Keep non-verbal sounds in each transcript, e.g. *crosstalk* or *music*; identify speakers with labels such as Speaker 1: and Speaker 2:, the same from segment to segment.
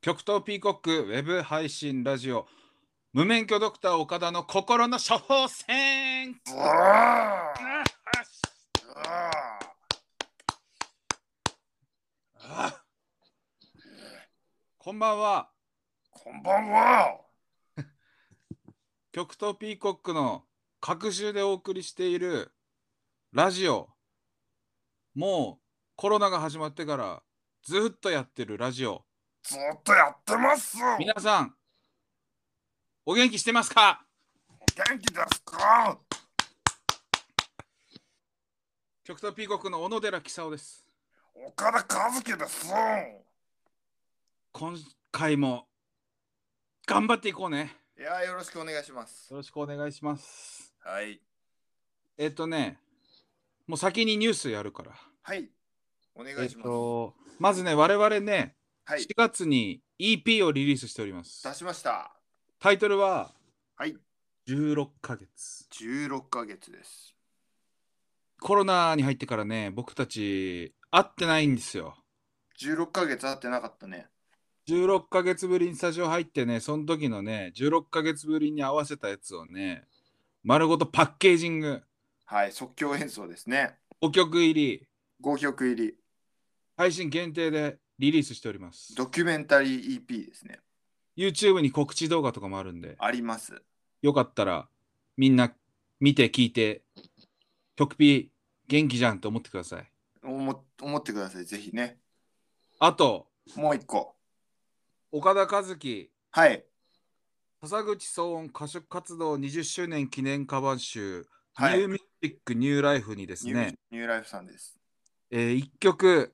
Speaker 1: 極東ピーコックウェブ配信ラジオ無免許ドクター岡田の心の処方箋
Speaker 2: うわーうわ
Speaker 1: あこんばんは
Speaker 2: ーこんばんは。
Speaker 1: 極東ピーコックの各週でお送りしているラジオもうコロナが始まってからずっとやってるラジオ
Speaker 2: ずっとやってます。元
Speaker 1: 皆さんお元気してますか
Speaker 2: 気ですか
Speaker 1: 極東ピーコックの小野寺喜久夫です
Speaker 2: 岡田和樹です。
Speaker 1: 今回も頑張っていこうね
Speaker 2: いやー、よろしくお願いします。
Speaker 1: よろしくお願いします
Speaker 2: はい。
Speaker 1: えっとねもう先にニュースやるから
Speaker 2: はい。お願
Speaker 1: えっとまずね我々ね、
Speaker 2: は
Speaker 1: 4月に EP をリリースしております
Speaker 2: しました。
Speaker 1: タイトルは
Speaker 2: はい。
Speaker 1: 16ヶ月
Speaker 2: 16ヶ月です。
Speaker 1: コロナに入ってからね僕たち会ってないんですよ
Speaker 2: 16ヶ月会ってなかったね。
Speaker 1: 16ヶ月ぶりにスタジオ入ってねその時のね16ヶ月ぶりに合わせたやつをね丸ごとパッケージング
Speaker 2: はい。即興演奏ですね。
Speaker 1: お曲入り
Speaker 2: 5曲入り、
Speaker 1: 配信限定でリリースしております
Speaker 2: ドキュメンタリー EP ですね。
Speaker 1: YouTube に告知動画とかもあるんで
Speaker 2: あります。
Speaker 1: よかったらみんな見て聞いて曲 P 元気じゃんと思ってください
Speaker 2: 思思ってください、ぜひね。
Speaker 1: あと
Speaker 2: もう一個。
Speaker 1: 岡田和樹
Speaker 2: はい。
Speaker 1: 笹口騒音歌手活動20周年記念カバン集、
Speaker 2: はい。
Speaker 1: ニューミュージックニューライフにです
Speaker 2: ニュー
Speaker 1: ね、
Speaker 2: ニューライフさんです。
Speaker 1: えー、1曲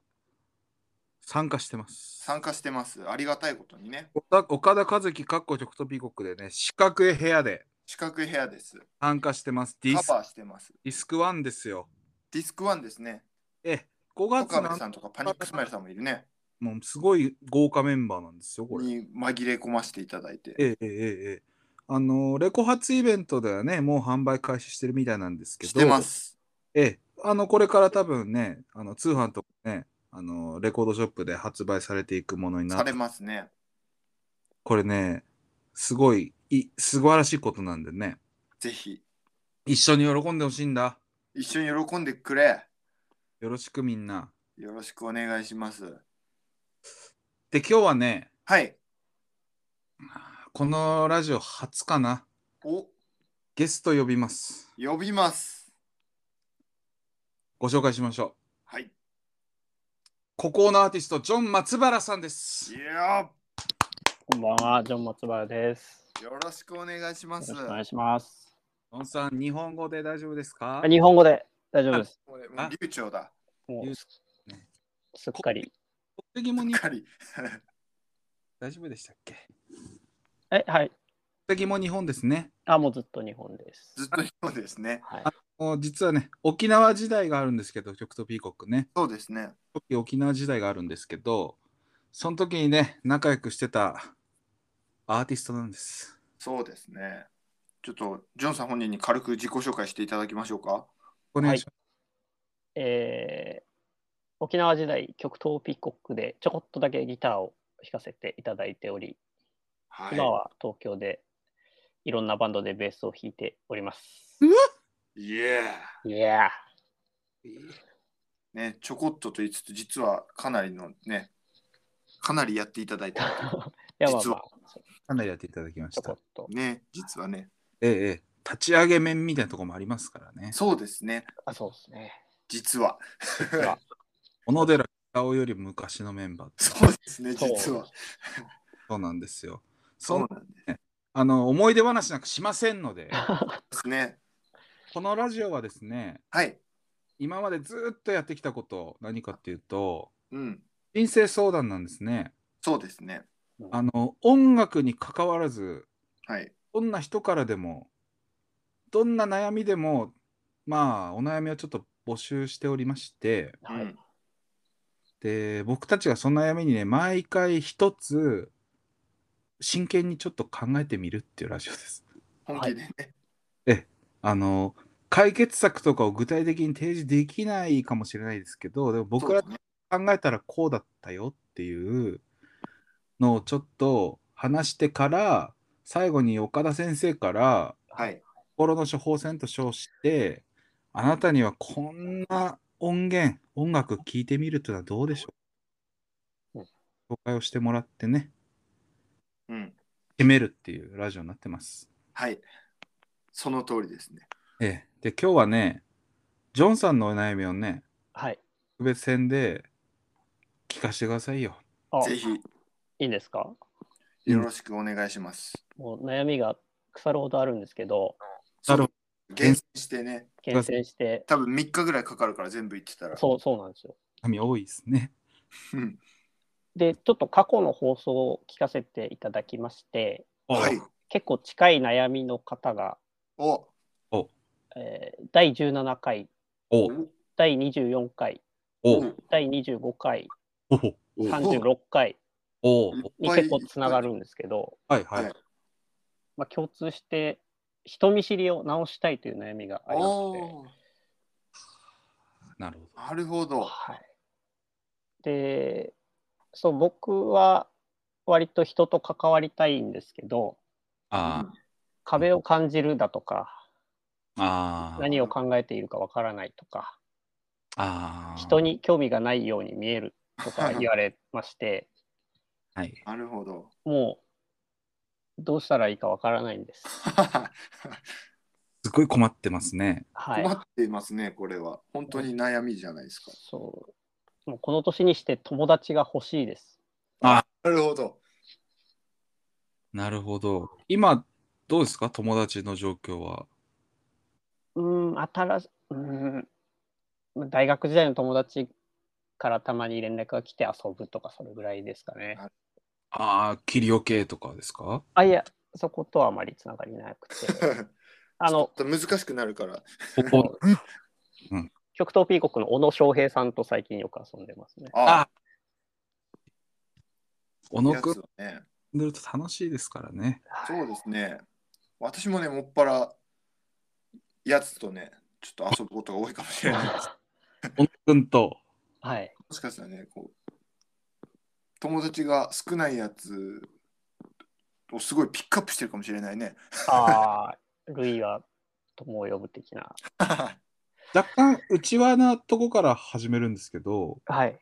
Speaker 1: 参加してます。
Speaker 2: 参加してます。ありがたいことにね。
Speaker 1: 岡岡田和樹かっこ曲とピーコックでね、四角い部屋で
Speaker 2: 四角い部屋です。
Speaker 1: 参加してます。ディ
Speaker 2: カ
Speaker 1: ス
Speaker 2: バーしてます。
Speaker 1: ディスク1ですよ。
Speaker 2: ディスクワンですね。
Speaker 1: え、5
Speaker 2: ト
Speaker 1: 月
Speaker 2: カ
Speaker 1: な
Speaker 2: メ
Speaker 1: ん
Speaker 2: さんとかパニックスマイルさんもいるね。
Speaker 1: もうすごい豪華メンバーなんですよ、これ。
Speaker 2: に紛れ込ませていただいて。
Speaker 1: ええええええあのレコ発イベントではね、もう販売開始してるみたいなんですけど、
Speaker 2: してます。
Speaker 1: ええ、あの、これから多分ね、あの通販とかね、あの、レコードショップで発売されていくものにな
Speaker 2: さ
Speaker 1: っ
Speaker 2: れ
Speaker 1: て、
Speaker 2: ますね。
Speaker 1: これね、すごい、い、素晴らしいことなんでね、
Speaker 2: ぜひ。
Speaker 1: 一緒に喜んでほしいんだ。
Speaker 2: 一緒に喜んでくれ。
Speaker 1: よろしくみんな。
Speaker 2: よろしくお願いします。
Speaker 1: で、今日はね、
Speaker 2: はい。
Speaker 1: このラジオ初かな、
Speaker 2: お、
Speaker 1: ゲスト呼びます。
Speaker 2: 呼びます。
Speaker 1: ご紹介しましょう。
Speaker 2: はい。
Speaker 1: 孤高のアーティスト、ジョン松原さんです
Speaker 2: い。や
Speaker 3: こんばんは、ジョン松原です。
Speaker 2: ーよろしくお願いします
Speaker 3: よ。ろしくお願いします。
Speaker 1: ジョンさん、日本語で大丈夫ですか
Speaker 3: あ日本語で大丈夫です。
Speaker 2: これもう流暢だ。
Speaker 3: も
Speaker 1: 言う
Speaker 3: う
Speaker 1: ね
Speaker 3: すっかり。
Speaker 1: 的も
Speaker 2: う
Speaker 1: に
Speaker 2: っかり。
Speaker 1: 大丈夫でしたっけ
Speaker 3: え、はい。
Speaker 1: 的も日本ですね。
Speaker 3: あ、もうずっと日本です。
Speaker 2: ずっとそうですね。
Speaker 3: はい。
Speaker 1: もう実はね、沖縄時代があるんですけど、極東ピーコックね。
Speaker 2: そうですね。
Speaker 1: 沖縄時代があるんですけど、その時にね、仲良くしてたアーティストなんです。
Speaker 2: そうですね。ちょっと、ジョンさん本人に軽く自己紹介していただきましょうか。
Speaker 1: お願いしま
Speaker 3: えー沖縄時代、極東ピーコックでちょこっとだけギターを弾かせていただいており、
Speaker 2: は
Speaker 3: 今は東京でいろんなバンドでベースを弾いております。
Speaker 2: い。イエ
Speaker 3: いやー、
Speaker 1: す。
Speaker 2: ー。ね、ちょこっとと言いつつ、実はかなりのね、かなりやっていただいた。
Speaker 3: いやまあ
Speaker 2: 実
Speaker 3: ま
Speaker 2: は
Speaker 3: あ、
Speaker 1: かなりやっていただきま
Speaker 3: ち
Speaker 1: し
Speaker 3: ょこ
Speaker 1: た
Speaker 3: っ。と。 *laughs*
Speaker 2: ね、実はね。
Speaker 1: ええええ、立ち上げ面みたいなところもありますからね。
Speaker 2: そうですね。
Speaker 3: あ、そうですね。
Speaker 2: 実は。
Speaker 3: 実は
Speaker 1: 小野寺青より昔のメンバーって
Speaker 2: そうですね、
Speaker 3: そう
Speaker 2: 実は。
Speaker 1: そうなんですよ。
Speaker 2: そう
Speaker 1: そ
Speaker 2: なんで
Speaker 1: あの思い出話なんかしませんので、
Speaker 2: すね。
Speaker 1: このラジオはですね、
Speaker 2: はい。
Speaker 1: 今までずっとやってきたこと、何かっていうと、
Speaker 2: うん。
Speaker 1: 人生相談なんですね。
Speaker 2: そうですね。
Speaker 1: あの音楽に関わらず
Speaker 2: はい。
Speaker 1: どんな人からでもどんな悩みでもまあお悩みをちょっと募集しておりまして
Speaker 3: は
Speaker 2: う
Speaker 3: い
Speaker 2: ん。
Speaker 1: で僕たちがその悩みにね毎回一つ真剣にちょっと考えてみるっていうラジオです。
Speaker 2: 本気でね。
Speaker 1: あの解決策とかを具体的に提示できないかもしれないですけどでも僕ら
Speaker 2: そうですね
Speaker 1: 考えたらこうだったよっていうのをちょっと話してから最後に岡田先生から
Speaker 2: はい。
Speaker 1: 心の処方箋と称してあなたにはこんな音源音楽聴いてみるというのはどうでしょう
Speaker 3: うん
Speaker 1: 紹介をしてもらってね
Speaker 2: うん。
Speaker 1: 決めるっていうラジオになってます。
Speaker 2: はい。その通りですね。
Speaker 1: ええ、で今日はねジョンさんのお悩みをね
Speaker 3: はい。
Speaker 1: 特別編で聞かせてくださいよ。
Speaker 3: あ、
Speaker 2: ぜひ、
Speaker 3: いいんですか
Speaker 2: よろしくお願いします。
Speaker 3: もう悩みが腐るほどあるんですけど、
Speaker 1: なるほ
Speaker 2: そう厳選してね、
Speaker 3: 厳選して、
Speaker 2: 多分3日ぐらいかかるから全部言ってたら。
Speaker 3: そう、そうなんですよ。
Speaker 1: 紙多いですね。
Speaker 2: うん
Speaker 3: で、ちょっと過去の放送を聞かせていただきまして、
Speaker 2: はい。
Speaker 3: 結構近い悩みの方が、
Speaker 2: お
Speaker 3: えー第17回、
Speaker 1: お
Speaker 3: 第24回、
Speaker 1: お
Speaker 2: うん
Speaker 3: 第25回、
Speaker 1: おお
Speaker 3: 36回
Speaker 1: お
Speaker 2: いっ
Speaker 3: に
Speaker 2: ぱい
Speaker 3: 結構つながるんですけど、
Speaker 1: はいはい。
Speaker 2: はい
Speaker 3: まあ、共通して人見知りを直したいという悩みがありまして、
Speaker 2: おー
Speaker 1: なるほ
Speaker 2: なるほど。
Speaker 3: はい、でそう僕は割と人と関わりたいんですけど
Speaker 1: ど。あ
Speaker 2: うん
Speaker 3: 壁を感じるだとか
Speaker 1: あ、ああ、
Speaker 3: 何を考えているかわからないとか
Speaker 1: ああ。
Speaker 3: 人。に興味がないように見えるとか言われまして
Speaker 1: はい。
Speaker 2: なるほど。
Speaker 3: もうどうしたらいいかわからないんです。
Speaker 1: すごい困ってますね。
Speaker 3: はい
Speaker 2: 困っていますね、これは。本当に悩みじゃないですか。
Speaker 3: そうもうこの年にして友達が欲しいです。
Speaker 2: なるほど。
Speaker 1: なるほど。今、どうですか友達の状況は。
Speaker 3: うーん、新し、うーん、大学時代の友達からたまに連絡が来て遊ぶとか、それぐらいですかね。
Speaker 1: ああ、キリオ系とかですか
Speaker 3: あ、いや、そことはあまりつながりなくて。 *laughs* あの、
Speaker 2: ちょっと難しくなるから。
Speaker 1: お
Speaker 3: 極東ピーコックの小野翔平さんと最近よく遊んでますね。
Speaker 2: あ
Speaker 1: あ小野
Speaker 2: や
Speaker 1: くん
Speaker 2: つだね。
Speaker 1: いると楽しいですからね。
Speaker 2: そうですね。私もね、もっぱら、やつとね、ちょっと遊ぶことが多いかもしれない。
Speaker 1: 小野くんと。
Speaker 3: はい。
Speaker 2: もしかしたらね、こう、友達が少ないやつをすごいピックアップしてるかもしれないね。
Speaker 3: ああ、ルイは友を呼ぶ的な。
Speaker 1: 若干、内輪なとこから始めるんですけど、
Speaker 3: はい。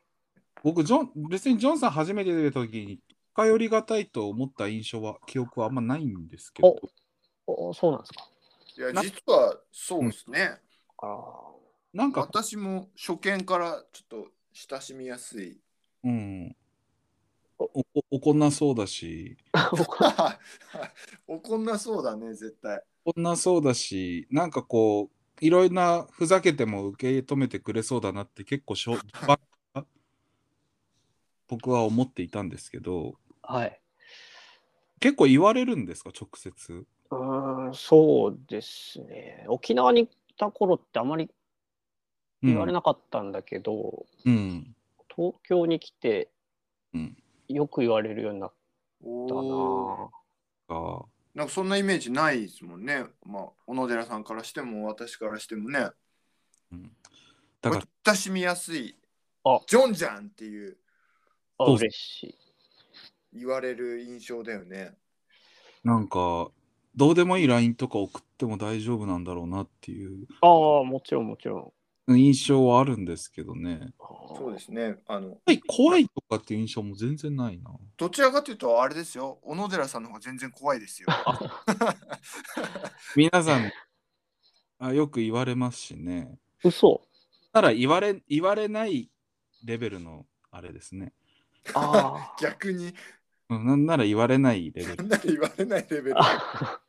Speaker 1: 僕、ジョン、別にジョンさん初めて出た時に、近寄りがたいと思った印象は、記憶はあんまないんですけど、
Speaker 3: おそうなんですか。
Speaker 2: いや、
Speaker 1: な
Speaker 2: 実はそうですね。
Speaker 3: あ
Speaker 1: なんか、
Speaker 2: 私も初見からちょっと親しみやすい。
Speaker 1: うん。おお怒んなそうだし、
Speaker 3: あ。
Speaker 2: *laughs* 怒んなそうだね、絶対。
Speaker 1: こんなそうだし、なんかこう、いろいろなふざけても受け止めてくれそうだなって結構しょ僕は思っていたんですけど、
Speaker 3: *laughs* はい。
Speaker 1: 結構言われるんですか、直接。
Speaker 3: うーん、そうですね。沖縄にいた頃ってあまり
Speaker 1: うん
Speaker 3: 言われなかったんだけど、
Speaker 1: うん。
Speaker 3: 東京に来て
Speaker 1: うん
Speaker 3: よく言われるようになったな
Speaker 2: おー
Speaker 3: ぁ。
Speaker 1: あ
Speaker 2: なんかそんなイメージないですもんね。まあ、小野寺さんからしても、私からしてもね。
Speaker 1: うん、だから、
Speaker 2: 親しみやすい
Speaker 3: あ。
Speaker 2: ジョンじゃんっていう
Speaker 3: あ
Speaker 1: そう
Speaker 3: 嬉しい。
Speaker 2: 言われる印象だよね。
Speaker 1: なんか、どうでもいい LINE とか送っても大丈夫なんだろうなっていう
Speaker 3: ああ、もちろんもちろん。。
Speaker 1: 印象はあるんですけどね。
Speaker 2: そうですすね。あの、
Speaker 1: やっぱり怖いとかっていう印象も全然ないな。
Speaker 2: どちらかというと、あれですよ。小野寺さんの方が全然怖いですよ。
Speaker 1: 皆さんあ、よく言われますしね。
Speaker 3: 嘘。
Speaker 1: ただ言われ言われないレベルのあれですね。
Speaker 3: あ
Speaker 2: 逆に、
Speaker 1: うんなんなら言われないレベ
Speaker 2: そ
Speaker 1: ル
Speaker 2: んな言われないレベル
Speaker 3: あ。。 *laughs* あ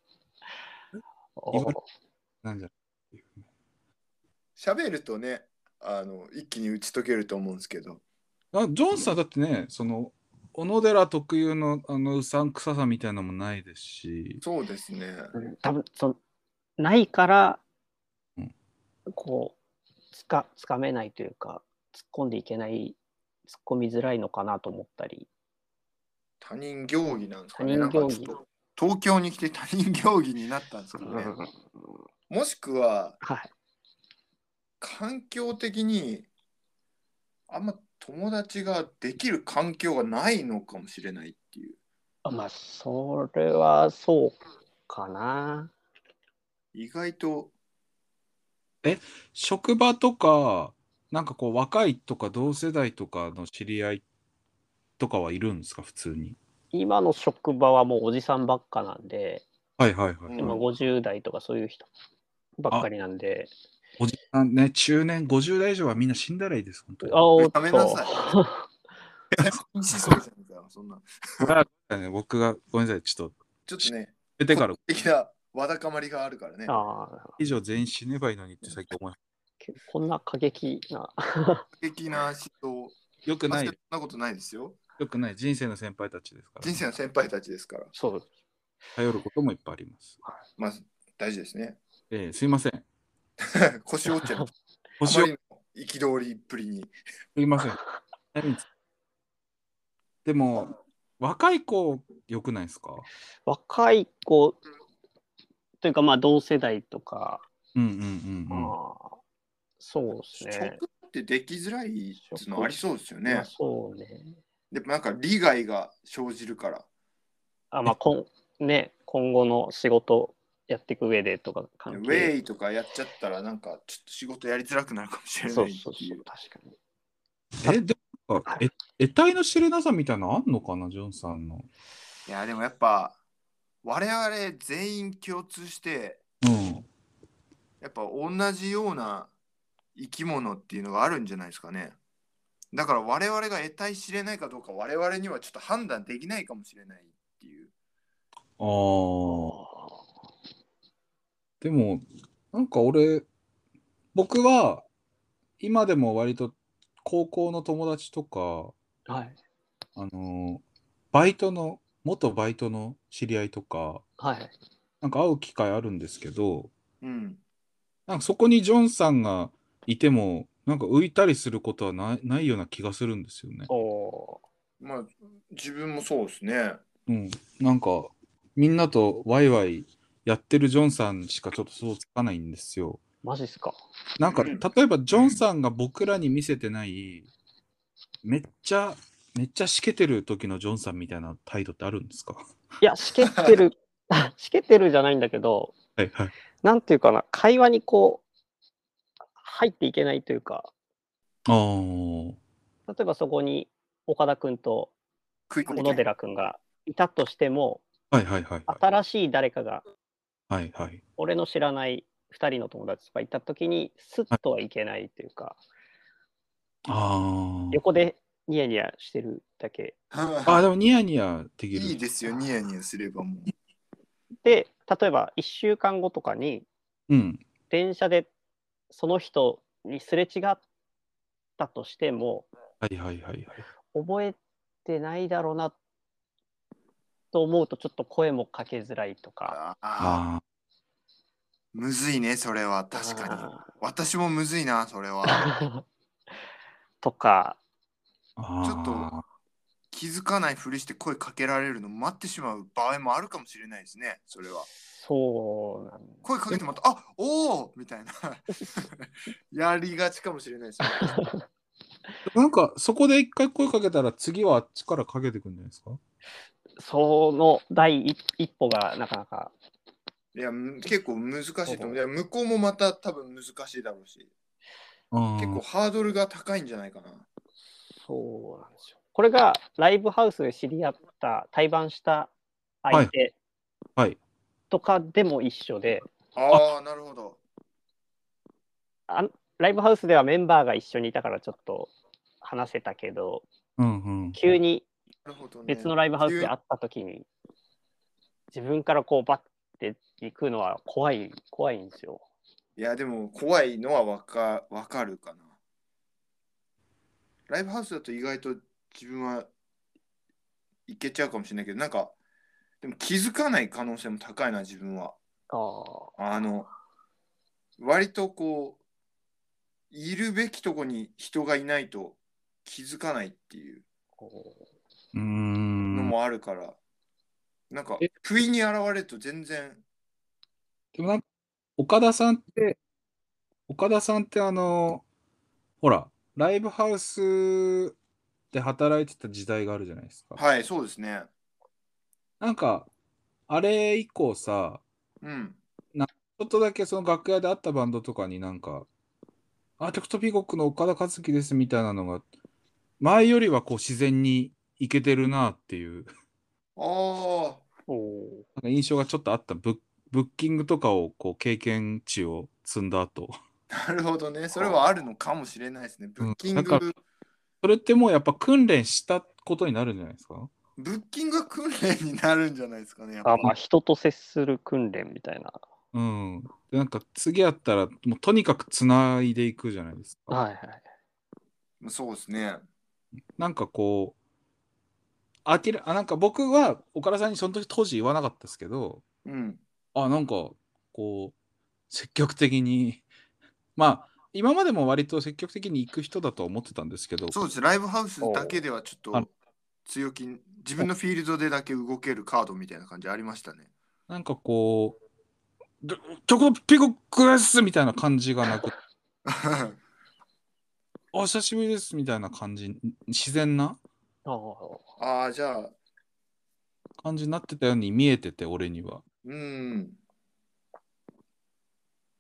Speaker 1: 言わ
Speaker 3: ー
Speaker 1: なんじゃ
Speaker 2: 喋るとね、あの、一気に打ち解けると思うんですけど。
Speaker 1: ないあジョンさんだってね、その小野寺特有のあのうさんくささみたいなのもないですし、
Speaker 2: そうですね。
Speaker 3: うん多分そのないから、
Speaker 1: うん
Speaker 3: こうつかつかめないというか突っ込んでいけない突っ込みづらいのかなと思ったり
Speaker 2: 他人行儀なんですかね。
Speaker 3: 他人行儀
Speaker 2: なんかちょっと東京に来て他人行儀になったんですかね。もしくは、
Speaker 3: はい
Speaker 2: 環境的にあんま友達ができる環境がないのかもしれないっていう
Speaker 3: あまあそれはそうかな
Speaker 2: 意外と
Speaker 1: 職場とか、なんかこう、若いとか同世代とかの知り合いとかはいるんですか、普通に。
Speaker 3: 今の職場はもうおじさんばっかなんで
Speaker 1: はいはいはい。
Speaker 2: うん
Speaker 3: 今50代とかそういう人ばっかりなんで、
Speaker 1: おじさんね、中年、50代以上はみんな死んだらいいです、本当に。
Speaker 3: あおっ
Speaker 2: *laughs* やめなさい
Speaker 3: と
Speaker 2: 禁止そうじゃんかそんな
Speaker 1: だからね僕が、ごめんなさい、ちょっと、
Speaker 2: ちょっとね
Speaker 1: 出てから
Speaker 2: 的なわだかまりがあるからね
Speaker 3: ああ
Speaker 1: 以上全員死ねばいいのにって最近思いまし
Speaker 3: けこんな過激な
Speaker 2: 的な思
Speaker 1: た。よく
Speaker 2: 想
Speaker 1: な
Speaker 2: そん
Speaker 1: い、
Speaker 2: なことないですよ
Speaker 1: よくない、人生の先輩たちですから、
Speaker 2: 人生の先輩たちですから
Speaker 3: そう
Speaker 1: 頼ることもいっぱいあります。
Speaker 2: まあ大事ですね *laughs*
Speaker 1: えー、すいません。
Speaker 2: 腰折っちゃう
Speaker 1: 星を
Speaker 2: あまりの憤りっぷりに
Speaker 1: すいません。 *laughs* 何ですでも、若い子、よくないですか
Speaker 3: 若い子というかまあ同世代とか、
Speaker 1: うんうんうんうん。
Speaker 3: まあそうです
Speaker 2: 職
Speaker 3: ね
Speaker 2: ってできづらいっていうのありそうですよ
Speaker 3: まあ
Speaker 2: ね
Speaker 3: そうね
Speaker 2: でもなんか利害が生じるから
Speaker 3: あまあこんね今後の仕事やっていく上でとか
Speaker 2: ウ
Speaker 3: 関
Speaker 2: ェ
Speaker 3: 係
Speaker 2: イとかやっちゃったらなんかちょっと仕事やりづらくなるかもしれな
Speaker 3: そ
Speaker 2: いうってい
Speaker 3: そう
Speaker 2: う
Speaker 3: そう確かに
Speaker 1: え、でもなんか、え、得体の知れなさみたいなのあんのかな、ジョンさんの。
Speaker 2: いやでもやっぱ我々全員共通して
Speaker 1: うん。
Speaker 2: やっぱ同じような生き物っていうのがあるんじゃないですかねだから我々が得体知れないかどうか我々にはちょっと判断できないかもしれないっていう
Speaker 1: ああ。でも、なんか俺、僕は、今でも割と高校の友達とか、
Speaker 3: はい
Speaker 1: あのバイトの、元バイトの知り合いとか、
Speaker 3: はい
Speaker 1: なんか会う機会あるんですけど、
Speaker 2: うん
Speaker 1: なんかそこにジョンさんがいても、なんか浮いたりすることはない、ないような気がするんですよね。
Speaker 3: おお
Speaker 2: まあ自分もそうですね
Speaker 1: うん。なんか、みんなとワイワイやってるジョンさんしかちょっと想像つかないんですよ。
Speaker 3: ーマジっすか
Speaker 1: なんか、
Speaker 2: う
Speaker 1: 例
Speaker 2: ん
Speaker 1: えば、ジョンさんが僕らに見せてない、めっちゃ、めっちゃしけてる時のジョンさんみたいな態度ってあるんですか
Speaker 3: いやしけってる *laughs* しけてるじゃないんだけど
Speaker 1: はいはい。
Speaker 3: なんていうかな会話にこう入っていけないというか
Speaker 1: あー
Speaker 3: 例えばそこに岡田君と
Speaker 2: 食い
Speaker 3: 小野
Speaker 2: *laughs*
Speaker 3: 寺君がいたとしても
Speaker 1: はいはいはいはい。
Speaker 3: 新しい誰かが
Speaker 1: はいはい。
Speaker 3: 俺の知らない2人の友達とかいた時にスッとはいけないというか
Speaker 1: あー
Speaker 3: 横でニヤニヤしてるだけ
Speaker 1: あー。でもニヤニヤできる。
Speaker 2: いいですよニヤニヤすればもう
Speaker 3: で例えば1週間後とかに
Speaker 1: うん。
Speaker 3: 電車でその人にすれ違ったとしても
Speaker 1: はいはいはいはい。
Speaker 3: 覚えてないだろうなと思うとちょっと声もかけづらいとか
Speaker 2: ああ
Speaker 1: あ
Speaker 2: むずいねそれは確かに
Speaker 3: に
Speaker 2: 私もむずいなそれは
Speaker 3: *laughs* とか
Speaker 1: ーあー。
Speaker 2: ちょっと気づかないふりして声かけられるの待ってしまう場合もあるかもしれないですねそれは
Speaker 3: そうなんだ
Speaker 2: 声かけてもらったあおおみたいな *laughs* やりがちかもしれないですね
Speaker 1: なんか、そこで一回声かけたら、次はあっちからかけてくんじゃないですか
Speaker 3: その第一一歩がなかなか
Speaker 2: いやむ結構難しいと思ういや向こうもまた多分難しいだろうし
Speaker 1: 結
Speaker 2: 結構。ハードルが高いんじゃないかな
Speaker 3: そうなんですよこれがライブハウスで知り合った対バンした相手
Speaker 1: はいはい
Speaker 3: とかでも一緒で、
Speaker 2: ああなるほど
Speaker 3: あんライブハウスではメンバーが一緒にいたからちょっと話せたけど
Speaker 1: うんうん。
Speaker 3: 急に
Speaker 2: なるほど、ね、
Speaker 3: 別のライブハウスで会った時に自分からこうバッて行くのは怖い怖いんですよ。
Speaker 2: いやでも怖いのはわかわかるかな。ライブハウスだと意外と自分はいけちゃうかもしれないけどなんかでも気づかない可能性も高いな自分は。
Speaker 3: あ
Speaker 2: あの割とこういるべきとこに人がいないと気づかないっていう
Speaker 1: うー
Speaker 2: の
Speaker 1: ん。
Speaker 2: もあるから、なんか
Speaker 1: え
Speaker 2: 不意に現れると全然
Speaker 1: でもなんか、岡田さんって、岡田さんってあの、ほら、ライブハウスで働いてた時代があるじゃないですか。
Speaker 2: はい、そうですね。
Speaker 1: なんか、あれ以降さ、
Speaker 2: うん。
Speaker 1: ちょっとだけその楽屋で会ったバンドとかになんか、アーティクトピーコックの岡田和樹ですみたいなのが、前よりはこう自然にいけてるなっていう、
Speaker 2: ああ、
Speaker 3: おお
Speaker 1: なんか印象がちょっとあったブッ、ブッキングとかをこう経験値を積んだ後。
Speaker 2: なるほどね。それはあるのかもしれないですね。ブッキン
Speaker 1: だから
Speaker 2: グ、
Speaker 1: それってもうやっぱ訓練したことになるんじゃないですか
Speaker 2: ブッキングは訓練になるんじゃないですかね。やっぱ
Speaker 3: あまあ人と接する訓練みたいな
Speaker 1: うん。で、なんか次やったら、もうとにかくつないでいくじゃないですか。
Speaker 3: はいはい
Speaker 2: そうですね。
Speaker 1: なんかこう、あきらあなんか僕は岡田さんにその時当時言わなかったですけど、
Speaker 2: うん。
Speaker 1: あ、なんかこう、積極的に、 *laughs* まあ、今までも割と積極的に行く人だとは思ってたんですけど、
Speaker 2: そうです。ライブハウスだけではちょっ
Speaker 1: あの
Speaker 2: と強気に、自分のフィールドでだけ動けるカードみたいな感じありましたね。 *laughs*
Speaker 1: なんかこう、ど曲のピコックですみたいな感じがな
Speaker 2: *laughs*
Speaker 1: く、お久しぶりですみたいな感じ、自然な
Speaker 3: あー
Speaker 2: ああ、じゃあ、
Speaker 1: 感じになってたように見えてて、俺には。
Speaker 2: うん。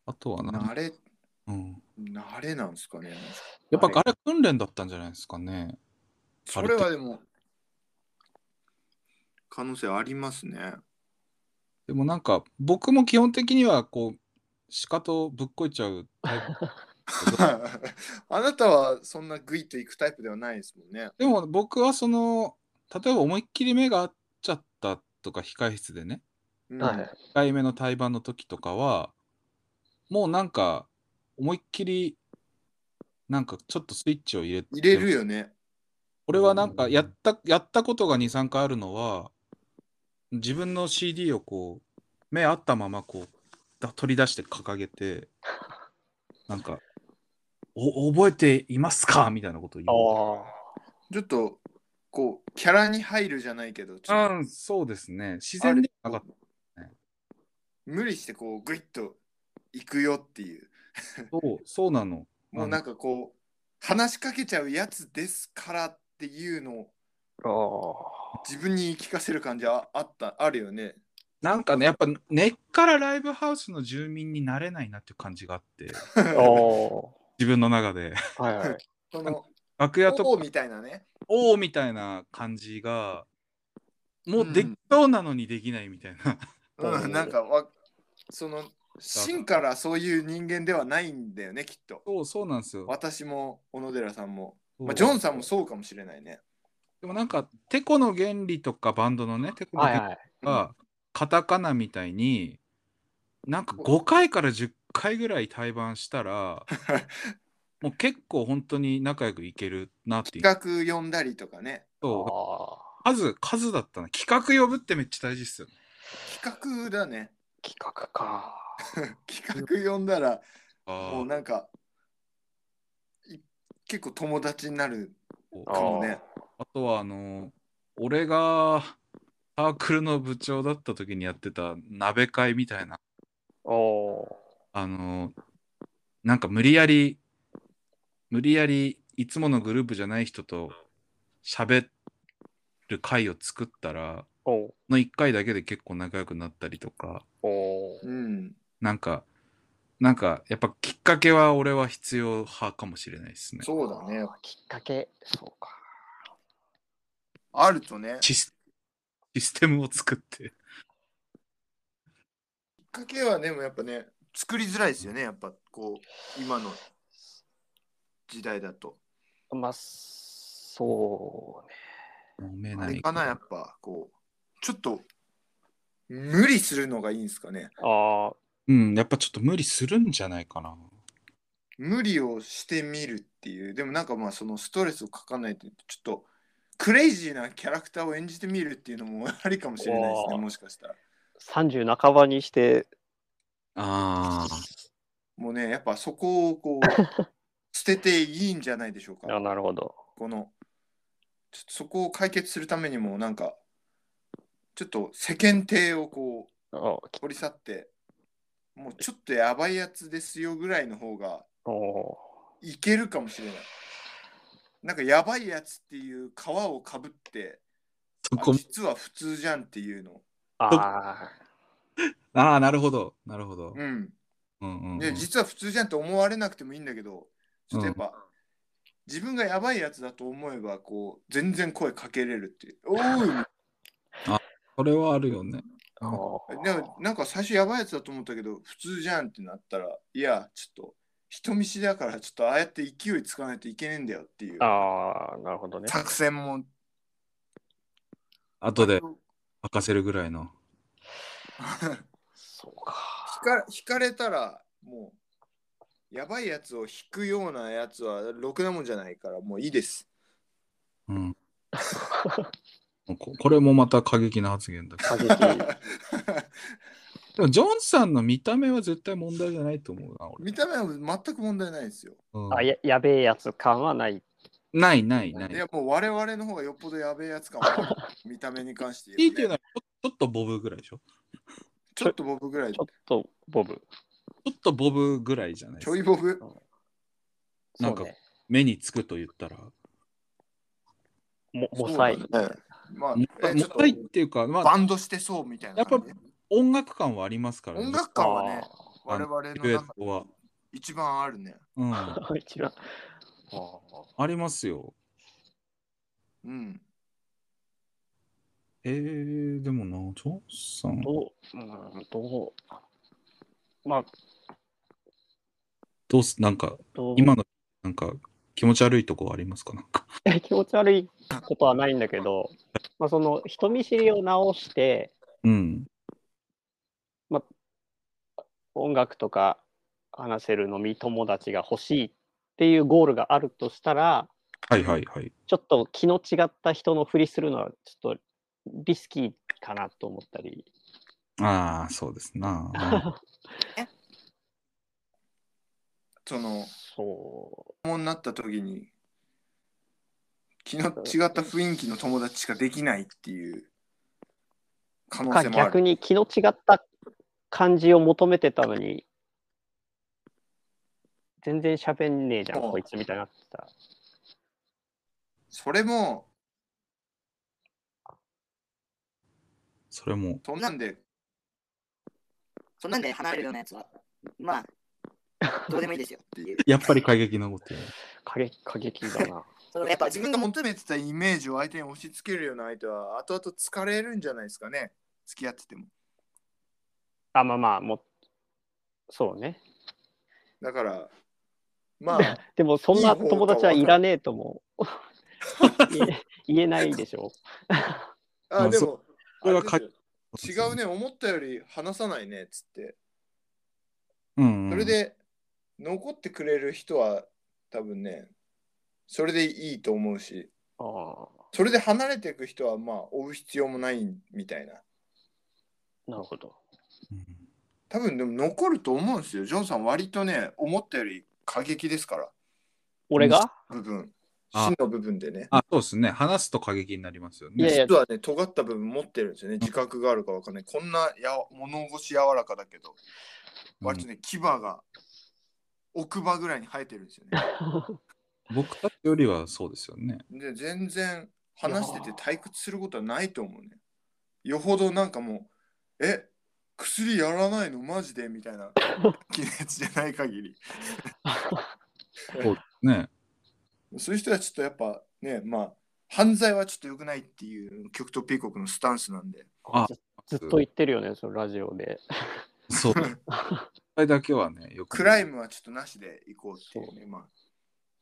Speaker 1: あとは
Speaker 2: 慣
Speaker 1: な、
Speaker 2: れ、
Speaker 1: うん。
Speaker 2: 慣れなんですかね。
Speaker 1: やっぱあれ訓練だったんじゃないですかね。
Speaker 2: それはでも、可能性ありますね。 *laughs*
Speaker 1: でもなんか僕も基本的にはこうしかとぶっこいちゃうタイプ
Speaker 2: あなたはそんなグイッと行くタイプではないですもんね。
Speaker 1: でも僕はその例えば思いっきり目が合っちゃったとか控え室でね
Speaker 2: うん
Speaker 3: はいはい
Speaker 1: 1回目の対バンの時とかはもうなんか思いっきりなんかちょっとスイッチを入れて
Speaker 2: 入れるよね。
Speaker 1: 俺はなんかやったやったことが23回あるのは自分の CD をこう目合ったままこうだ取り出して掲げてなんかお覚えていますかみたいなことを言う。
Speaker 3: あ
Speaker 2: ちょっと、こう、キャラに入るじゃないけど、ちょっと
Speaker 1: うん、そうですね。自然ではなかっ
Speaker 2: 無理してこう、グイッと行くよっていう。
Speaker 1: たけど、そうなの。
Speaker 2: もうなんかこう、話しかけちゃうやつですからっていうのを
Speaker 3: ーあ
Speaker 2: 自分に言い聞かせる感じはあった、あるよね。
Speaker 1: なんかね、やっぱ根っからライブハウスの住民になれないなっていう感じがあって、
Speaker 3: ーあ
Speaker 1: 自分の中で。 *laughs*
Speaker 3: ーはいはい
Speaker 2: その、
Speaker 1: 楽屋とか
Speaker 2: おうみたいなね。
Speaker 1: おーみたいな感じが、もうで
Speaker 2: う
Speaker 1: き
Speaker 2: ん
Speaker 1: そうなのにできないみたいな。
Speaker 3: おう
Speaker 2: うん、なんかわ、その、真からそういう人間ではないんだよね、きっと。
Speaker 1: そうそうなんですよ。
Speaker 2: 私も小野寺さんも、ま
Speaker 1: そ
Speaker 2: あ、
Speaker 1: う
Speaker 2: ジョンさんもそうかもしれないね。
Speaker 1: でもなんか、テコの原理とかバンドのね、テコの
Speaker 3: はい
Speaker 1: 原
Speaker 3: はい
Speaker 1: 理が、カタカナみたいに、なんか5回から10回ぐらい対バンしたら、もう結構本当に仲良くいけるなっていう。
Speaker 2: 企画呼んだりとかね。
Speaker 1: そう
Speaker 3: ああ
Speaker 1: 数、数だったな。企画呼ぶってめっちゃ大事っすよね。
Speaker 2: 企画だね。
Speaker 3: 企画か
Speaker 2: 企画呼んだら、も
Speaker 1: あ
Speaker 2: うなんか、い結構友達になる
Speaker 1: あ
Speaker 2: かもね。
Speaker 1: あとはあの、俺がサークルの部長だった時にやってた鍋会みたいな。
Speaker 3: おお
Speaker 1: あのなんか無理やり無理やりいつものグループじゃない人と喋る会を作ったら
Speaker 3: ーお
Speaker 1: の1回だけで結構仲良くなったりとか
Speaker 3: ーおー
Speaker 2: うん。
Speaker 1: なんかなんかやっぱきっかけは俺は必要派かもしれないですね。
Speaker 2: そうだね。
Speaker 3: きっかけそうか
Speaker 2: あるとね。き
Speaker 1: シ
Speaker 2: っ
Speaker 1: スシステムを作って
Speaker 2: かけはでもやっぱね、作りづらいですよね。やっぱこう、今の時代だと。
Speaker 3: まあそうね
Speaker 1: 飲め
Speaker 2: あ
Speaker 1: な
Speaker 2: れ
Speaker 1: い
Speaker 2: かな、やっぱこう、ちょっと無理するのがいいんですかね。
Speaker 3: ああ
Speaker 1: うんやっぱちょっと無理するんじゃないかな。
Speaker 2: 無理をしてみるっていうでもなんかまあそのストレスをかかないとちょっとクレイジーなキャラクターを演じてみるっていうのもありかもしれないですね
Speaker 3: おー
Speaker 2: もしかしたら
Speaker 3: 30半ばにして
Speaker 1: ああ
Speaker 2: もうねやっぱそこをこう捨てていいんじゃないでしょう
Speaker 3: あ
Speaker 2: か
Speaker 3: なるほど
Speaker 2: このちょっとそこを解決するためにもなんかちょっと世間体をこう
Speaker 3: あーき
Speaker 2: 取り去ってもうちょっとやばいやつですよぐらいの方が
Speaker 3: おー
Speaker 2: いけるかもしれないなんかやばいやつっていう皮をかぶって
Speaker 1: そ
Speaker 2: あ
Speaker 1: こ
Speaker 2: 実は普通じゃんっていうの
Speaker 3: あ
Speaker 1: ああ、なるほど。なるほど。
Speaker 2: うん
Speaker 1: うんうんうん
Speaker 2: で実は普通じゃんって思われなくてもいいんだけどちょっとやっぱ、自分がやばいやつだと思えばこう全然声かけれるっていうおー
Speaker 1: それはあるよね。
Speaker 3: あ。
Speaker 2: いでもなんか最初やばいやつだと思ったけど普通じゃんってなったらいやちょっと人見知りだからちょっとああやって勢いつかないといけねえんだよっていう
Speaker 3: ああ、なるほどね。
Speaker 2: 作戦も
Speaker 1: 後で明かせるぐらいの。
Speaker 3: そうか。
Speaker 2: 引か引かれたらもうやばいやつを引くようなやつはろくなもんじゃないからもういいです
Speaker 1: うん。
Speaker 2: *laughs*
Speaker 1: ここれもまた過激な発言だけ
Speaker 3: 過
Speaker 1: ど。
Speaker 2: *laughs*
Speaker 3: 激。
Speaker 1: でも、ジョンさんの見た目は絶対問題じゃないと思うな、俺。
Speaker 2: 見た目は全く問題ないですよ
Speaker 1: うん
Speaker 3: あややべえやつ感はない。
Speaker 1: ないないないい。
Speaker 2: やもう我々の方がよっぽどやべえやつ
Speaker 1: *laughs*
Speaker 2: かも見た目に関して
Speaker 1: い
Speaker 2: 言
Speaker 1: いっていう
Speaker 2: う
Speaker 1: の
Speaker 2: ね
Speaker 1: はちょちょっとボブぐらいでしょ
Speaker 2: ちょっとボブぐらい
Speaker 3: ちょっとボブ。
Speaker 1: ちょっとボブぐらいじゃないで
Speaker 2: ち
Speaker 1: す
Speaker 2: ょ
Speaker 1: か
Speaker 2: いボブ
Speaker 1: なん
Speaker 3: そ
Speaker 1: か
Speaker 3: うね、
Speaker 1: 目につくと言ったら。
Speaker 3: もモサイ。
Speaker 2: そうだねまあ
Speaker 1: もった
Speaker 2: え
Speaker 1: い
Speaker 2: ち
Speaker 1: もっ
Speaker 2: ょった
Speaker 1: いっ
Speaker 2: と
Speaker 1: ていうか、ま
Speaker 2: バ
Speaker 1: あ、
Speaker 2: ンドしてそうみたいな感じ
Speaker 1: や音楽感はありますから
Speaker 2: 音楽感はね
Speaker 1: あ
Speaker 2: 我
Speaker 1: ー
Speaker 2: 々の
Speaker 1: デュエッ
Speaker 2: 中
Speaker 1: トは。
Speaker 2: 一番あるね *laughs*
Speaker 1: うん、
Speaker 3: あ
Speaker 1: あ
Speaker 3: ー *laughs* 一番。あー
Speaker 1: りますよ。
Speaker 2: うん
Speaker 1: えー、でもな、ジョンさん、
Speaker 3: どう、うん、どう、まあ、
Speaker 1: どうす、なんか、
Speaker 3: どう
Speaker 1: 今の、なんか、気持ち悪いとこはありますかなんか。
Speaker 3: *laughs* 気持ち悪いことはないんだけど、まあ、その人見知りを直して
Speaker 1: うん。
Speaker 3: 音楽とか話せる飲み友達が欲しいっていうゴールがあるとしたら
Speaker 1: はいはいはい。
Speaker 3: ちょっと気の違った人のふりするのはちょっとリスキーかなと思ったり、
Speaker 1: ああ、そうですな。
Speaker 2: *laughs* その
Speaker 3: そ
Speaker 2: 子供になった時に気の違った雰囲気の友達しかできないっていう可
Speaker 3: う
Speaker 2: 能
Speaker 3: か
Speaker 2: 性もあ
Speaker 3: 逆
Speaker 2: る。
Speaker 3: に気の違った感じを求めてたのに全然喋んねえじゃん
Speaker 2: そう
Speaker 3: こいつみたいになってた
Speaker 2: それも
Speaker 1: それも、
Speaker 2: そんなんで
Speaker 4: そんなんで離れるようなやつは、まあ、どうでもいいですよっていう。
Speaker 1: やっぱり過激なことや。
Speaker 3: 過激過激だな
Speaker 4: そのやっぱ
Speaker 2: 自
Speaker 4: 自
Speaker 2: 分
Speaker 4: 分
Speaker 2: が
Speaker 4: がもっと
Speaker 2: 求めてたイメージを相手に押し付けるような相手は後々疲れるんじゃないですかね付き合ってても。
Speaker 3: あまあまあもうそうね
Speaker 2: だから
Speaker 1: *laughs*
Speaker 2: まあ
Speaker 3: でもそんな友達はいらねえとも言 *laughs* え言えないでしょ。
Speaker 1: ま
Speaker 2: あ
Speaker 1: あ
Speaker 2: で
Speaker 1: そ
Speaker 2: も
Speaker 1: これはか
Speaker 2: あれですよ違うね。思ったより話さないねっつって
Speaker 1: うん、うん。
Speaker 2: それで残ってくれる人は多分ねそれでいいと思うし。
Speaker 3: あ
Speaker 2: それで離れていく人はまあ追う必要もないみたいな
Speaker 3: あ、なるほど。
Speaker 1: うん、
Speaker 2: 多分でも残ると思うんですよジョンさん割とね思ったより過激ですから
Speaker 3: 俺が
Speaker 2: 部分
Speaker 1: あ
Speaker 2: 真の部分でね
Speaker 1: あ、そうですね。話すと過激になりますよね。
Speaker 3: いやいや
Speaker 2: 実はね尖った部分持ってるんですよね自覚があるかわかんないこんなや物腰柔らかだけど
Speaker 1: うん
Speaker 2: 割とね牙が奥歯ぐらいに生えてるんですよね
Speaker 1: 僕たちよりはそうですよね。
Speaker 2: で全然話してて退屈することはないと思うね。よほどなんかもう、え薬やらないのマジでみたいな気のやつじゃない限り。
Speaker 1: そうですね。
Speaker 2: そういう人はちょっとやっぱね、まあ、犯罪はちょっと良くないっていう極東ピーコックのスタンスなんで。
Speaker 1: あ
Speaker 3: ずずっと言ってるよね、そのラジオで。
Speaker 2: *laughs*
Speaker 1: そう。それだけはね、よく。
Speaker 2: クライムはちょっとなしで行こうっていうね。ま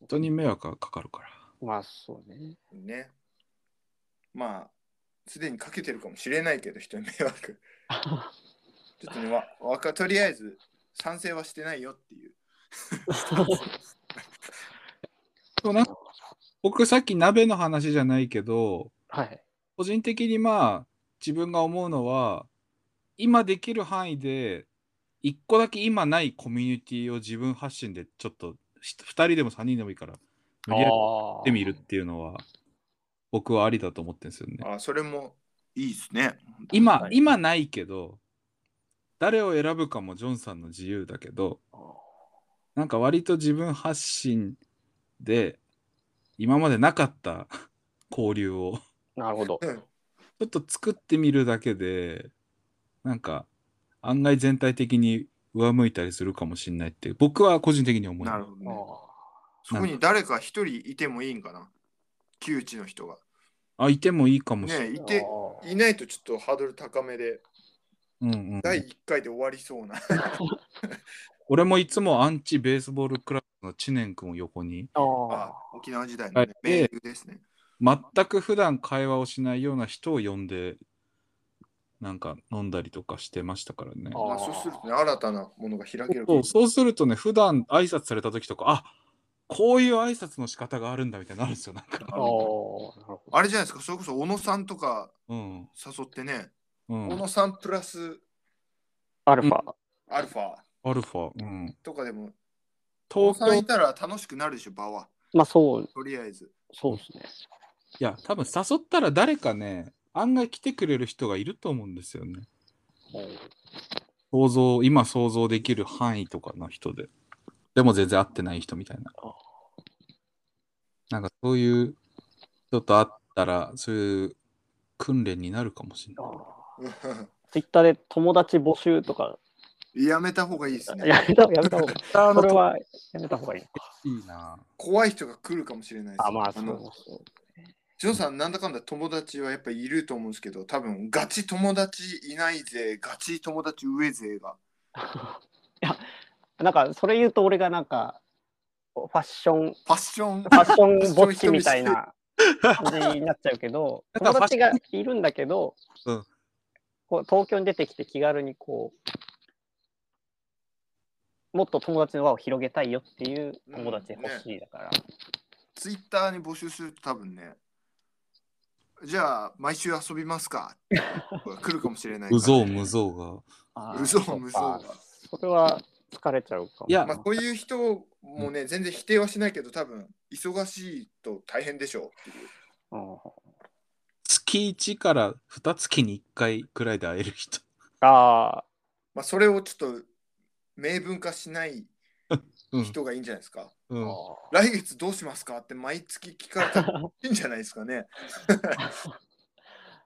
Speaker 1: 人に迷惑がかかるから。
Speaker 3: まあそうね。
Speaker 2: あね。まあ、すでにかけてるかもしれないけど、人に迷
Speaker 1: *laughs*
Speaker 2: 惑。ちょっとね、わわかとりあえず賛成はしてないよっていう。
Speaker 1: でもなんか僕さっき鍋の話じゃないけど、
Speaker 3: はい。
Speaker 1: 個人的にまあ自分が思うのは今できる範囲で一個だけ今ないコミュニティを自分発信でちょっとひ二人でも三人でもいいから無理やりや
Speaker 3: あ
Speaker 1: ってみるっていうのは僕はありだと思ってるんですよね。
Speaker 2: あ、それもいいですね。
Speaker 1: 今、
Speaker 2: はい
Speaker 1: 今ないけど誰を選ぶかもジョンさんの自由だけど
Speaker 3: あ。
Speaker 1: なんか割と自分発信で今までなかった *laughs* 交流を
Speaker 3: なるほど。
Speaker 1: ちょっと作ってみるだけで、なんか、案外全体的に上向いたりするかもしれないって、僕は個人的に思い
Speaker 2: な
Speaker 1: ま
Speaker 2: る
Speaker 1: す。
Speaker 2: ほど
Speaker 3: あ
Speaker 2: ね。
Speaker 3: あ
Speaker 2: そこに誰か一人いてもいいんかな窮地の人が。
Speaker 1: あ、いてもいいかもしれない。
Speaker 2: ねいて、
Speaker 3: ああ
Speaker 2: いないとちょっとハードル高めで、
Speaker 1: うんうん、
Speaker 2: 第1回で終わりそうな。
Speaker 1: 俺もいつもアンチベースボールクラブの知念君を横に、
Speaker 3: あ
Speaker 2: あ
Speaker 3: あ
Speaker 2: 沖縄時代の、ね
Speaker 1: はい
Speaker 2: 名優ですね。
Speaker 1: 全く普段会話をしないような人を呼んで、なんか飲んだりとかしてましたからね。
Speaker 2: まあ、そうするとね、新たなものが開けるか
Speaker 1: そ
Speaker 2: も
Speaker 1: うそうするとね、普段挨拶された時とか、あこういう挨拶の仕方があるんだみたいになるんですよ。なん
Speaker 3: ああ
Speaker 1: か、
Speaker 3: なるほど。
Speaker 2: あれじゃないですか、それこそ小野さんとか
Speaker 1: うん
Speaker 2: 誘ってね、
Speaker 1: う
Speaker 2: 小
Speaker 1: ん、
Speaker 2: 野さんプラス
Speaker 3: アルファ。
Speaker 2: アルファ
Speaker 1: アルファ、うん、
Speaker 2: とかでも、小野
Speaker 1: 東
Speaker 2: さん
Speaker 1: 京
Speaker 2: いたら楽しくなるでしょ、場は。
Speaker 3: まあそう、
Speaker 2: とりあえず。 *laughs*
Speaker 3: そうですね。
Speaker 1: いや、多分誘ったら誰かね、案外来てくれる人がいると思うんですよね。想像、今想像できる範囲とかの人で。でも全然会ってない人みたいな
Speaker 3: あ。
Speaker 1: なんかそういう人と会ったら、そういう訓練になるかもしれない。
Speaker 3: ツイッターで友達募集とか、
Speaker 2: やめた方がいいですね。
Speaker 3: やめたやめた方がいい。
Speaker 1: あ
Speaker 3: それはやめた方がいい。
Speaker 1: いいな。
Speaker 2: 怖い人が来るかもしれないです。
Speaker 3: あ、まあそう
Speaker 2: の
Speaker 3: そう。
Speaker 2: ジョンさん、なんだかんだ友達はやっぱいると思うんですけど、多分ガチ友達いないぜ、ガチ友達上勢が。
Speaker 3: なんかそれ言うと俺がなんかファッショ
Speaker 1: *laughs*
Speaker 3: ン
Speaker 2: ファッション
Speaker 3: ファッションぼっちみたいな感じになっちゃうけど
Speaker 1: *laughs* なん
Speaker 3: 友
Speaker 1: かファッ
Speaker 3: 達
Speaker 1: シ
Speaker 3: がいるんだけど、
Speaker 1: うん
Speaker 3: こう東京に出てきて気軽にこうもっと友達の輪を広げたいよっていう友達欲しいだから、
Speaker 2: ツイッターに募集すると多分ね、じゃあ毎週遊びますかって来るかもしれないから
Speaker 1: うぞうむぞうが。
Speaker 3: あ
Speaker 2: うぞう
Speaker 3: そう
Speaker 2: むぞうが
Speaker 3: それは疲れちゃうかも
Speaker 1: いや
Speaker 2: まあ、こういう人もね、全然否定はしないけど、多分忙しいと大変でしょ
Speaker 3: うん
Speaker 1: 月1から2月に1回くらいで会える人。
Speaker 3: あ
Speaker 2: う。まあ、それをちょっと明文化しない
Speaker 1: うん。
Speaker 2: 人がいいんじゃないですか。
Speaker 1: う
Speaker 3: ー、
Speaker 1: ん、
Speaker 2: 来月どうしますかって毎月聞かれたらいいんじゃないですかね。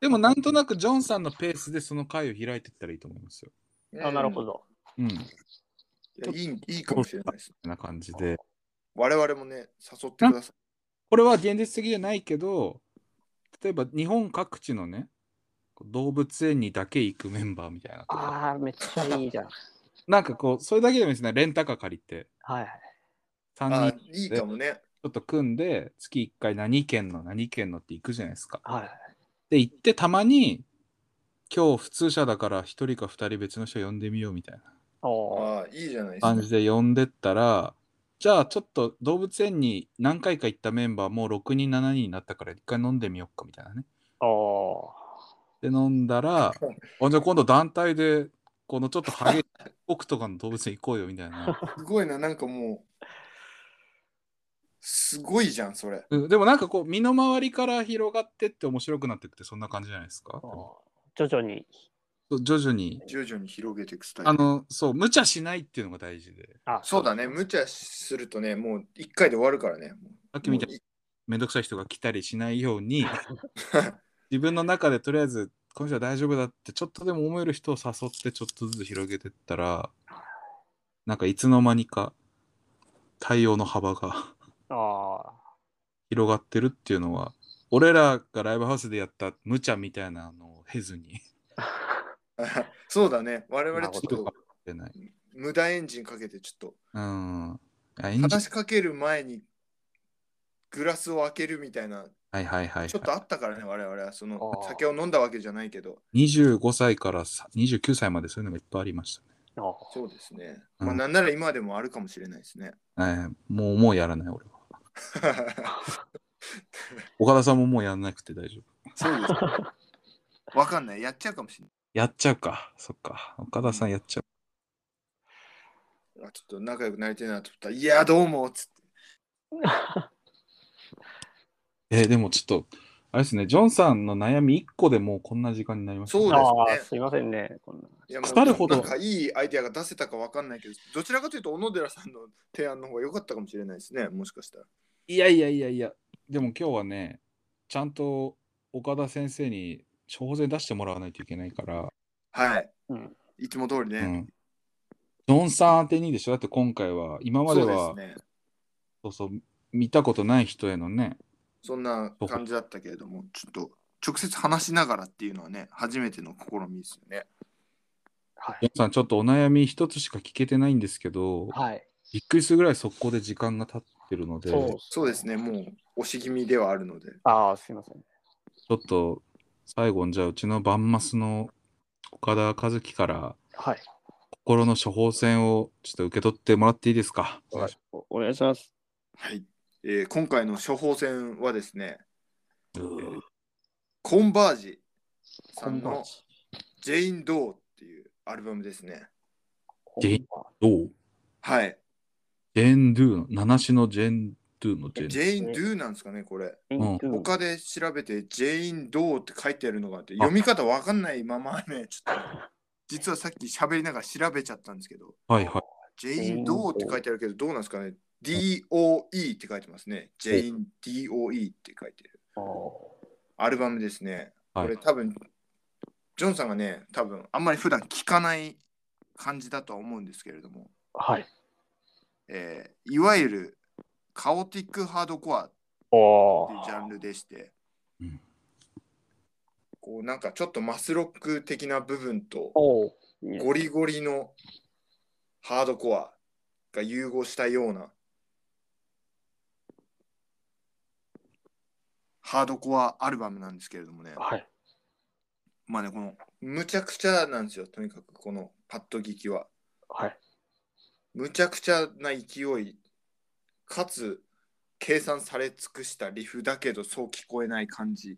Speaker 1: でもなんとなくジョンさんのペースでその会を開いていったらいいと思いますよ。
Speaker 3: *laughs* あなるほど、
Speaker 1: うん。こん
Speaker 2: うん。いやいいいいかもしれないです。
Speaker 1: な感じで。
Speaker 2: 我々もね、誘ってくださ
Speaker 1: これは現実的じゃないけど、例えば日本各地のね、動物園にだけ行くメンバーみたいな。
Speaker 3: ああめっちゃいいじゃん
Speaker 1: なんかこう、それだけでもいいですね、レンタカー借りて、
Speaker 3: はい
Speaker 2: い。あ
Speaker 1: 3人ち
Speaker 2: いいかもね。
Speaker 1: ょっと組んで、月1回何県の何県のって行くじゃないですか。
Speaker 3: はい
Speaker 1: で、行ってたまに、今日普通車だから1人か2人別の人呼んでみようみたいな
Speaker 3: おー
Speaker 2: ああ、いいじゃないですか
Speaker 1: 感。じで呼んでったら、じゃあちょっと動物園に何回か行ったメンバーもう6人7人になったから1回飲んでみようかみたいなね。
Speaker 3: お
Speaker 1: で飲んだらあじゃあ今度団体でこのちょっと激しい僕とかの動物園行こうよみたいな
Speaker 2: すごいな、なんかもう、すごいじゃん、それ。
Speaker 1: うんでもなんかこう身の回りから広がってって面白くなってくってそんな感じじゃないですか
Speaker 3: ーおー徐々に
Speaker 1: そう徐々に
Speaker 2: 徐々に広げていくスタイル。
Speaker 1: あのそう無茶しないっていうのが大事で
Speaker 3: あ
Speaker 2: そうだね、無茶するとね、もう1回で終わるからね。
Speaker 1: さっきみたいに
Speaker 2: もう
Speaker 1: めんどくさい人が来たりしないように自分の中でとりあえずこの人は大丈夫だってちょっとでも思える人を誘ってちょっとずつ広げてったらなんかいつの間にか対応の幅が。
Speaker 3: ああ
Speaker 1: 広がってるっていうのは俺らがライブハウスでやった無茶みたいなのを経ずに
Speaker 2: *laughs* そうだね、我々ちょっ
Speaker 1: なるほ
Speaker 2: と
Speaker 1: 出ない。
Speaker 2: 無駄エンジンかけて、ちょっ
Speaker 1: うん。あエン
Speaker 2: と
Speaker 1: ジン
Speaker 2: 話しかける前にグラスを開けるみたいな、
Speaker 1: はいはいはい、はい。
Speaker 2: ちょっとあったからね、我々は。その
Speaker 3: あー
Speaker 2: 酒を飲んだわけじゃないけど、
Speaker 1: 25歳からさ29歳までそういうのがいっぱいありましたね。
Speaker 3: あ
Speaker 2: そうですね。
Speaker 1: うん
Speaker 2: まあ、なんなら今でもあるかもしれないです
Speaker 1: *laughs*
Speaker 2: ね。
Speaker 1: えーもうもうやらない俺は。岡田さんももうやらなくて大丈夫。
Speaker 2: そうですね。わかんない、やっちゃうかもしれない。
Speaker 1: やっちゃうか。そっか。岡田さんやっちゃう。
Speaker 2: あちょっと仲良くなりたいなと思ったら、いや、どうもっつって。
Speaker 1: えーでもちょっと、あれですね、ジョンさんの悩み1個でもうこんな時間になりましたね、
Speaker 2: そう
Speaker 3: あ
Speaker 2: ですね
Speaker 3: ーすいませんねこんな。
Speaker 2: いや
Speaker 1: 腐るほど
Speaker 2: なんかいいアイデアが出せたかわかんないけど、どちらかというと、小野寺さんの提案の方が良かったかもしれないですね、もしかしたら。
Speaker 1: いやいやいやいや、でも今日はね、ちゃんと岡田先生に処方箋出してもらわないといけないから、
Speaker 2: はい。
Speaker 3: うん
Speaker 2: いつも通り
Speaker 1: う
Speaker 2: ね。
Speaker 1: ん。ジョンさん宛てにでしょだって今回は、今までは、
Speaker 2: そうですね。
Speaker 1: そうそう、見たことない人へのね、
Speaker 2: そんな感じだったけれども、ちょっと直接話しながらっていうのはね、初めての試みですよね。
Speaker 3: はい
Speaker 1: ジョ。ンさんちょっとお悩み一つしか聞けてないんですけど、
Speaker 3: はい。
Speaker 1: びっくりするぐらい速攻で時間が経ってるので、ち
Speaker 3: そう
Speaker 1: ょ
Speaker 2: そうですね、もう押し気味ではあるので。
Speaker 3: ああ、すいません。
Speaker 1: っと最後にじゃあうちのバンマスの岡田和樹から
Speaker 3: はい。
Speaker 1: 心の処方箋をちょっと受け取ってもらっていいですか。
Speaker 3: おお願いします。
Speaker 2: はい。えー今回の処方箋はですね、
Speaker 1: うん
Speaker 2: コンバージさ
Speaker 3: こん
Speaker 2: ん
Speaker 3: ばんは
Speaker 2: の。ジェイン・ドーっていうアルバムですね。
Speaker 3: こんばんは
Speaker 1: どう
Speaker 2: はい。
Speaker 1: ジェンドゥの、七種のジェンドゥのジェン
Speaker 2: ジェイン・ドゥなんですかね、これ。
Speaker 1: ん
Speaker 2: 他で調べて、ジェイン・ドーって書いてあるのがあって、読み方わかんないままね、ちょっと、実はさっき喋りながら調べちゃったんですけど、
Speaker 1: はいはい。
Speaker 2: ジェイン・ドーって書いてあるけど、どうなんですかね ?DOE って書いてますね。ジェイン・ DOE って書いてる。
Speaker 3: あー
Speaker 2: アルバムですね。
Speaker 1: はい
Speaker 2: これ多分、ジョンさんがね、多分、あんまり普段聞かない感じだとは思うんですけれども、
Speaker 3: はい。
Speaker 2: えーいわゆるカオティックハードコア
Speaker 3: おお
Speaker 2: っていうジャンルでして、
Speaker 1: うん
Speaker 2: こうなんかちょっとマスロック的な部分と
Speaker 3: おーいいです
Speaker 2: ゴリゴリのハードコアが融合したようなハードコアアルバムなんですけれどもね、
Speaker 3: はい。
Speaker 2: まあね、このむちゃくちゃなんですよ、とにかくこのパッと聞きは。
Speaker 3: はい。
Speaker 2: むちゃくちゃな勢いかつ計算され尽くしたリフだけどそう聞こえない感じ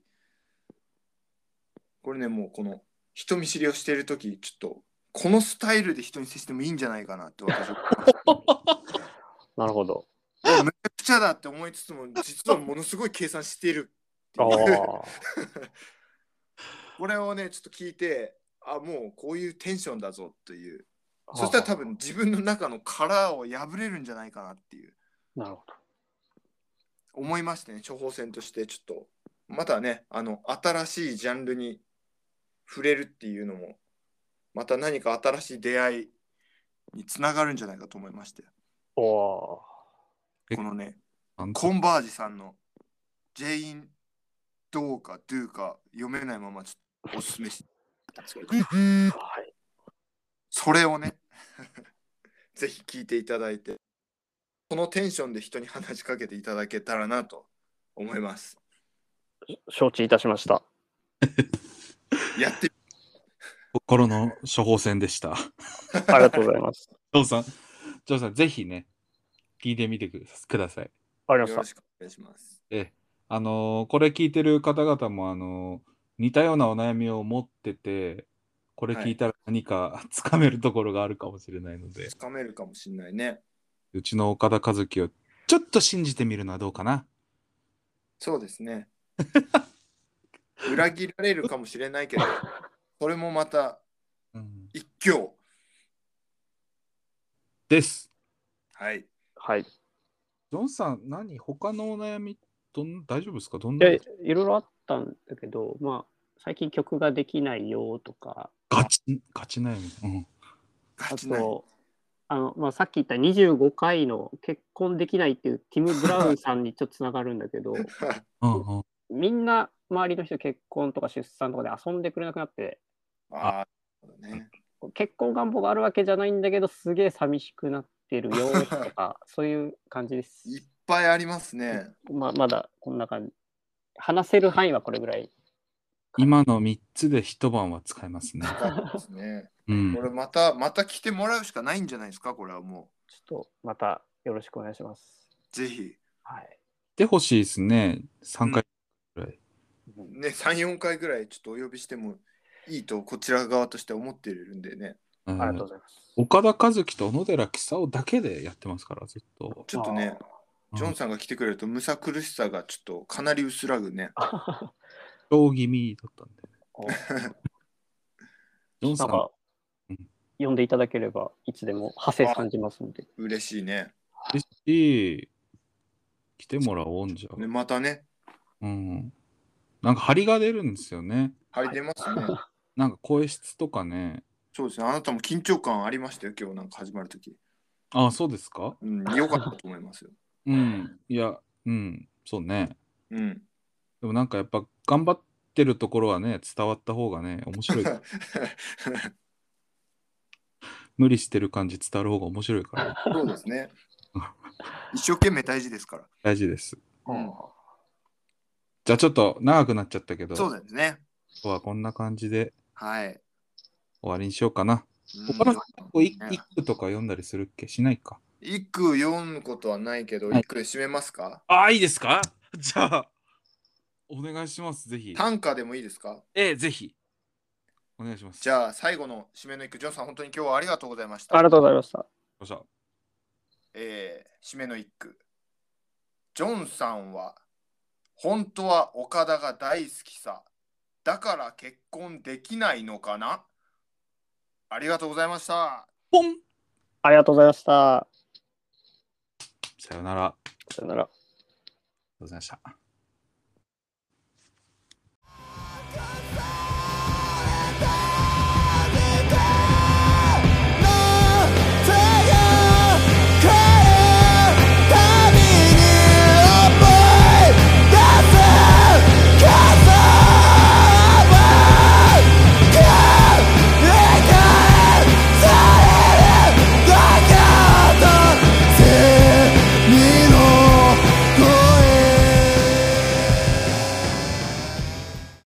Speaker 2: これねもうこの人見知りをしている時ちょっとこのスタイルで人に接してもいいんじゃないかなって私は思いました
Speaker 3: なるほど。
Speaker 2: でもむちゃくちゃだって思いつつも実はものすごい計算しているって
Speaker 3: あ
Speaker 2: いう
Speaker 3: あ。
Speaker 2: これをねちょっと聞いてあもうこういうテンションだぞという *laughs* そしたら多分自分の中の殻を破れるんじゃないかなっていう
Speaker 3: なるほ
Speaker 2: 思いましてね処方箋としてちょっとまたねあの新しいジャンルに触れるっていうのもまた何か新しい出会いにつながるんじゃないかと思いまして
Speaker 3: ど。お
Speaker 1: え
Speaker 2: このね
Speaker 1: なん
Speaker 2: コンバージさんのジェイン・どうかドゥーか読めないままちょっとおすすめし
Speaker 3: お。はい。
Speaker 2: それをね *laughs* ぜひ聞いていただいてこのテンションで人に話しかけていただけたらなと思います
Speaker 3: 承知いたしました。
Speaker 2: やって
Speaker 1: 心の処方箋でした。
Speaker 3: ありがとうございます。
Speaker 1: ジョンさん、ジョンさん、ぜひね、聞いてみてくください。
Speaker 3: あり
Speaker 2: み
Speaker 3: がとうござ
Speaker 2: てよろ
Speaker 3: い
Speaker 2: しくお願いします
Speaker 1: ええ、あのーこれ聞いてる方々も、あのー似たようなお悩みを持ってて、これ聞いたら何かつかめるところがあるかもしれないので、
Speaker 2: つかめるかもしれないね
Speaker 1: うちの岡田和樹をちょっと信じてみるのはどうかな。
Speaker 2: そうですね。裏切られるかもしれないけ *laughs* ど、それもまた
Speaker 1: うん、
Speaker 2: 一興。
Speaker 1: です。
Speaker 2: はい。
Speaker 3: ます。はい。
Speaker 1: ジョンさん、何他のお悩みどん大丈夫ですかどんな
Speaker 3: で、いろいろあったんだけど、まあ、最近曲ができないよとか、
Speaker 1: ガチ、ガチ悩み。うん、
Speaker 2: ガ
Speaker 3: あ
Speaker 2: チない。
Speaker 3: と、あのまあ、さっき言った25回の結婚できないっていうティム・ブラウンさんにちょっとつながるんだけど、
Speaker 1: うん、うん。
Speaker 3: みんな周りの人結婚とか出産とかで遊んでくれなくなって、
Speaker 2: ああ、そうだね。
Speaker 3: 結婚願望があるわけじゃないんだけど、すげえ寂しくなってるよとか、そういう感じです。
Speaker 2: いっぱいありますね。
Speaker 3: まあまだこんな感じ。話せる範囲はこれぐらい。
Speaker 1: 今の3つで一晩は使えますね。
Speaker 2: ありますね。
Speaker 1: うん
Speaker 2: こ。れまた、また来てもらうしかないんじゃないですか、これはも
Speaker 3: ちょっとまたよろしくお願いします。
Speaker 2: う。ぜひ。
Speaker 3: はい。
Speaker 1: でほしいですね。3回。
Speaker 2: ね、3、4回ぐらいちょっとお呼びしてもいいと、こちら側として思ってるんでね。
Speaker 1: うん
Speaker 3: ありがとうございます。
Speaker 1: 岡田和樹と小野寺久夫だけでやってますから、ずっと。
Speaker 2: ちょっとね、
Speaker 1: うん
Speaker 2: ジョンさんが来てくれると、むさ苦しさがちょっとかなり薄らぐね。
Speaker 3: *laughs*
Speaker 1: 超気味だったんで。
Speaker 3: お
Speaker 1: ジョン
Speaker 3: な
Speaker 1: さ
Speaker 3: ん
Speaker 1: ん、
Speaker 3: か
Speaker 1: うん、
Speaker 3: 呼んでいただければ、いつでも派生感じますので。
Speaker 2: 嬉しいね。
Speaker 1: 嬉しい。来てもらおうんじゃ。
Speaker 2: ね、またね、
Speaker 1: うん。なんか張りが出るんですよね。
Speaker 2: 張り出ます
Speaker 1: *laughs*
Speaker 2: ね。
Speaker 1: なんか声質とかね。
Speaker 2: そうですね。あなたも緊張感ありましたよ、今日なんか始まるとき。
Speaker 1: ああ、そうですか
Speaker 2: うん、良かったと思いますよ。
Speaker 1: うん。いや、うん。そうね。
Speaker 2: うん。
Speaker 1: *laughs* でもなんかやっぱ頑張ってるところはね、伝わった方がね、面
Speaker 2: *laughs*
Speaker 1: 白い。無理してる感じ伝わる方が面白いから。
Speaker 2: そうですね。一生懸命大事ですから。
Speaker 1: 大事です。
Speaker 2: うん
Speaker 1: じゃあちょっと長くなっちゃったけど、
Speaker 2: そう
Speaker 1: 今
Speaker 2: ですね。
Speaker 1: 日はこんな感じで
Speaker 2: はい。
Speaker 1: 終わりにしようかな。
Speaker 2: うん
Speaker 1: 他のこうい
Speaker 2: ね
Speaker 1: 一句とか読んだりするっけしないか。
Speaker 2: 一句読むことはないけど、
Speaker 1: はい
Speaker 2: 一句で締めますか
Speaker 1: ああ、いいですかじゃあ、お願いします、ぜひ。
Speaker 2: 短歌でもいいですか
Speaker 1: ええ、ぜひ。お願いします。
Speaker 2: じゃあ最後の締めの一句、ジョンさん、本当に今日はありがとうございました。
Speaker 3: ありがとうございました。
Speaker 1: よっしゃ
Speaker 2: えー締めの一句。ジョンさんは、本当は岡田が大好きさ。だから結婚できないのかなありがとうございました。
Speaker 1: ポン
Speaker 3: ありがとうございました。
Speaker 1: さよなら。ありがとう
Speaker 3: さよなら。
Speaker 1: ございました。